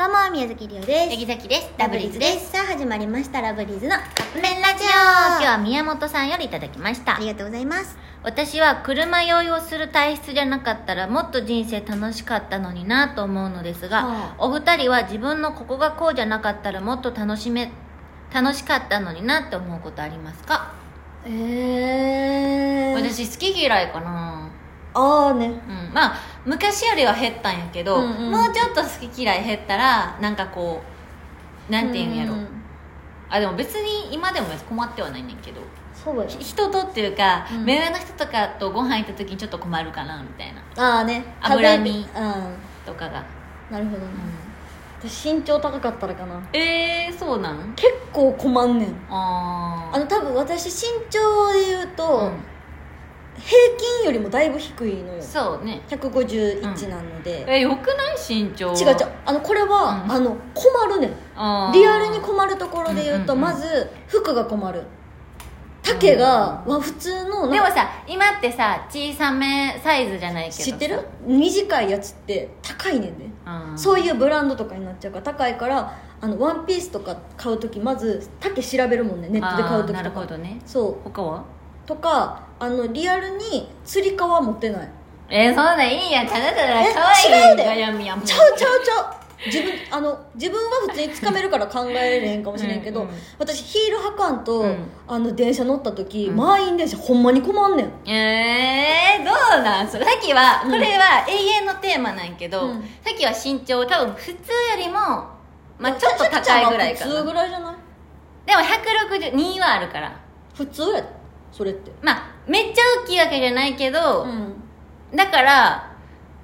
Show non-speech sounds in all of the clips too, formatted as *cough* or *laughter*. うも宮崎りおですヤギザキですダブリーズですさあ始まりましたラブリーズのカップ麺ラジオ今日は宮本さんよりいただきましたありがとうございます私は車酔いをする体質じゃなかったらもっと人生楽しかったのになと思うのですが、はあお二人は自分のここがこうじゃなかったらもっと楽しめ楽しかったのになって思うことありますか、ええ私好き嫌いかなああねうん、まあ昔よりは減ったんやけど、うんうんもうちょっと好き嫌い減ったらなんかこうなんていうんやろ、あでも別に今でも困ってはないねんけどそうよひ人とっていうか、うん目上の人とかとご飯行った時にちょっと困るかなみたいなああね脂身食べるうんとかが、なるほどね、私身長高かったらかなえー、そうなん結構困んねんああの多分私身長で言うと、ー平均よりもだいぶ低いのうよん、そうね151なので、えよくない身長違う違うあのこれは、うんあの困るねんあーリアルに困るところで言うと、うんうんまうんず服が困る丈が、うんわ普通のなんでもかさ今ってさ小さめサイズじゃないけどさ知ってる短いやつって高いねんね、あーそういうブランドとかになっちゃうから高いからあのワンピースとか買う時まず丈調べるもんねネットで買う時とあーかなるほどねそ他はうとかあのリアルにつり革持ってないえー、そんなんいいやんただただえ可愛違いうで悩みやもんちゃうちゃうちゃう自分あの自分は普通につかめるから考えれへんかもしれんけどうんうん私ヒール履かんと、うんあの電車乗った時、うん満員電車ほんまに困んねんえー、どうなんそれさっきはこれは永遠のテーマなんやけど、うんさっきは身長多分普通よりもまあちょっと高いぐらいか普な通ぐらいじゃないでも162はあるから普通やでそれってまあめっちゃ大きいわけじゃないけど、んだから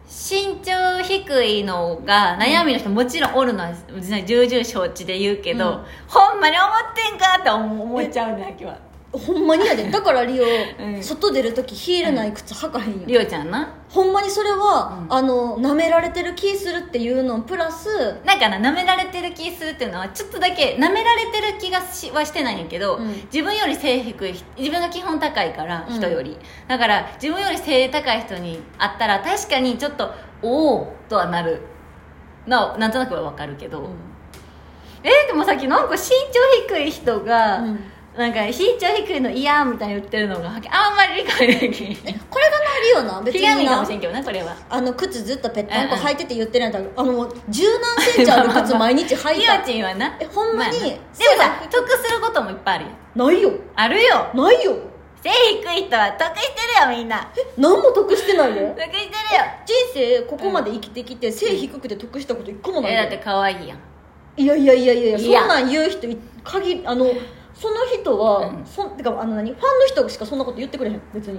身長低いのが悩みの人もちろんおるのは重々承知で言うけど、うんほんまに思ってんかって思っちゃうんだ今日はほんまにやでだから *laughs* リオ、ん外出る時ヒールない靴履かへんよ、りょうちゃんなほんまにそれは、うんあの舐められてる気するっていうのプラスなんかな舐められてる気するっていうのはちょっとだけ舐められてる気がしはしてないんやけど、うん自分より背低い人自分が基本高いからうん人より、だから自分より背高い人に会ったら確かにちょっとおおとはなるななんとなくは分かるけど、えーでもさっきなんか身長低い人が、うんなんか身長低いの嫌みたいに言ってるのがあんまり理解できんこれがなリオな別に極みかもなしれんけどなこれはあの靴ずっとぺったんこうんうん履いてて言ってるんやったら、あの十何センチあ *laughs* る靴毎日履りいおたちんはなえほんまにあなでも背が低さい得することもいっぱいあるよないよあるよないよ背低い人は得してるよみんな得何も得してないよしてるよ人生ここまで生きてきて背低くて得したこと一個もないえよだって可愛いやんいやいやいやいやいやそんなん言う人い限りあのその人は、うんそんてかあの何ファンの人しかそんなこと言ってくれへん別に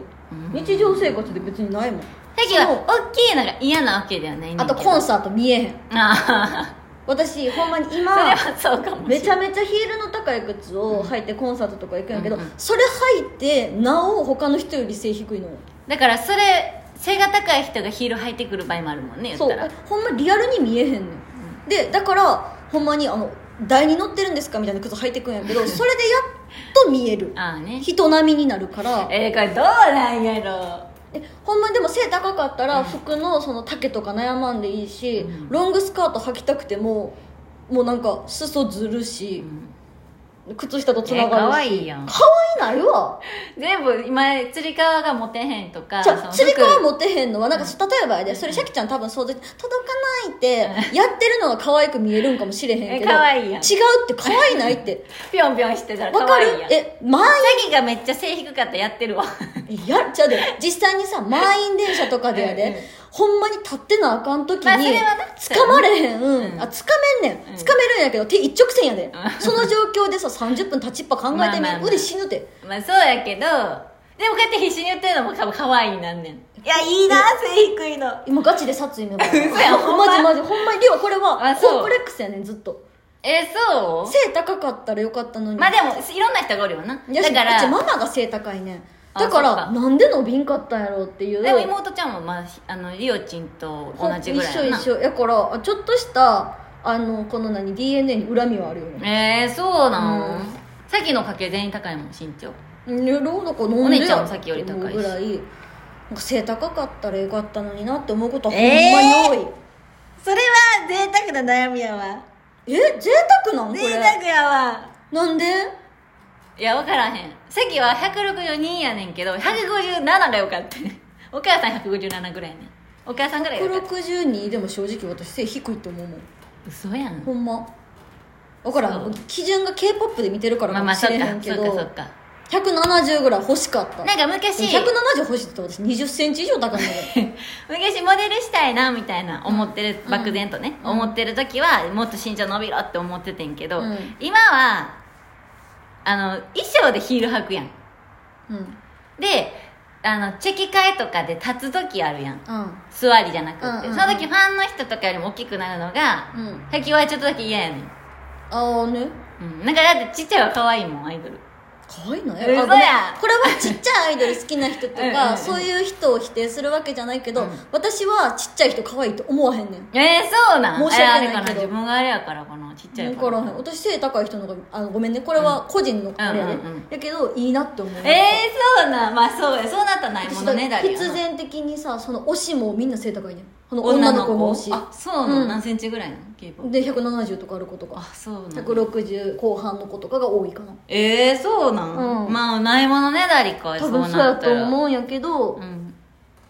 日常生活で別にないもんさっきは大きいのが嫌なわけではないねんあだけとどコンサート見えへんあ私ほんまにあ今それはそうかもしれめんちゃめちゃヒールの高い靴を履いてコンサートとか行くんやけど、うんうんそれ履いてなお他の人より背低いのよだからそれ背が高い人がヒール履いてくる場合もあるもんね言そっうたらほんまリアルに見えへんねん、でだからほんまにあの台に乗ってるんですかみたいな靴履いてくんやけどそれでやっと見えるああね人並みになるからえー、これどうなんやろえほんまにでも背高かったら服のその丈とか悩まんでいいし、うんロングスカート履きたくてももうなんか裾ずるう、し、靴下とつなえ可がるし愛いやん可愛いないわ全部今つり革が持てへんとかじそゃあのつり革服持てへんのはなんか、例えばやでそれシャキちゃん多分想像して届かないってやってるのが可愛く見えるんかもしれへんけどえ可愛いやん違うって可愛いないってぴょんぴょんしてたらわ *laughs* 可か愛いるやんえ満詐欺がめっちゃ背低かったらやってるわ員やっちゃうで実際にさ満員電車とかでやうんうんでほんまに立ってなあかん時まあそれにはな掴まれへん、んうんあ掴めんねんうん掴めるんやけど手一直線やでうんその状況でさ30分立ちっぱ考えてみまあまあまあ腕死ぬてまあそうやけどでもこうやって必死に言ってるのも多分可愛いなんねんいやいいな背低いの今ガチで殺意芽生え嘘やほんまマジマジほんまにでもこれはあそうコンプレックスやねんずっとえそう背高かったらよかったのにまあでもいろんな人がおるよないやだかうちらママが背高いねんあだかそっらかなんで伸びんかったんやろうっていうでも妹ちゃんもまああのリオちんと同じぐらいやな一緒一緒やからあちょっとしたあのこの何 DNA に恨みはあるよねえー、そうなん、うんさっきの家系全員高いもん身長いやどうだか飲んおで姉ちゃんやもさっきより高いしって思うぐらいなんか背高かったらよかったのになって思うことはほんえーまに多い、それは贅沢沢な悩みやわえ贅沢なんこ贅れ沢やわなんでいや分からへん席は164人やねんけど157がよかったねお母さん157ぐらいやねんお母さんぐらいよかった162でも正直私背低いと思うもん嘘やんほんま分からそうん基準が k p o p で見てるからまあかまもあそしれっかへんけそっど、かそっか170ぐらい欲しかったなんか昔170欲しいって言ったら私20センチ以上高いんだけど *laughs* 昔モデルしたいなみたいな思ってる、うん漠然とね、うん思ってる時はもっと身長伸びろって思っててんけうど、ん今はあの衣装でヒール履くやんうんうんであのチェキ会とかで立つ時あるやんう座りじゃなくって、うんうんうんその時ファンの人とかよりも大きくなるのがん最近はちょっとだけ嫌やねん、ああねうん、なんかだってちっちゃいは可愛いもんアイドル可愛いのよあごめん嘘やんこれはちっちゃいアイドル好きな人とうんうんうかんそういう人を否定するわけじゃないけど、うん私はちっちゃい人可愛いと思わへんねんえー、そうなん申し訳ないけどあれあれかな自分があれやからかなちっちゃい分からへん私背高い人の方があのごめんねこれは個人のあれやね、うんうんうんやけどいいなって思うえー、そうなんまあそうやそうなったらないものねだりやな必然的にさその推しもみんな背高いねんこの女の子の推しあそうなの、うん何センチぐらいなの k p o p で170とかある子とあかそうなの160後半の子とかが多いかなえー、そうなん、うんまあないものねだりか多分そうやと思うんやけど、うん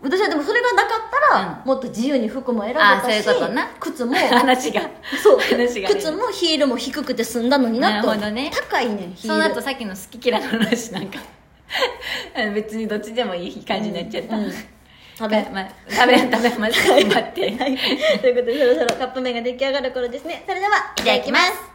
私はでもそれがなかったら、もっと自由に服も選べあたそういしうことな靴 *laughs* も話が *laughs* そう話がね靴もヒールも低くて済んだのになとなるほどね高いねんヒーそうルなるとさっきの好き嫌いの話なんか *laughs* 別にどっちでもいい感じになっちゃった、うん食べまあ、食べ食べます待って *laughs* はいということでそろそろカップ麺が出来上がる頃ですねそれではいただきます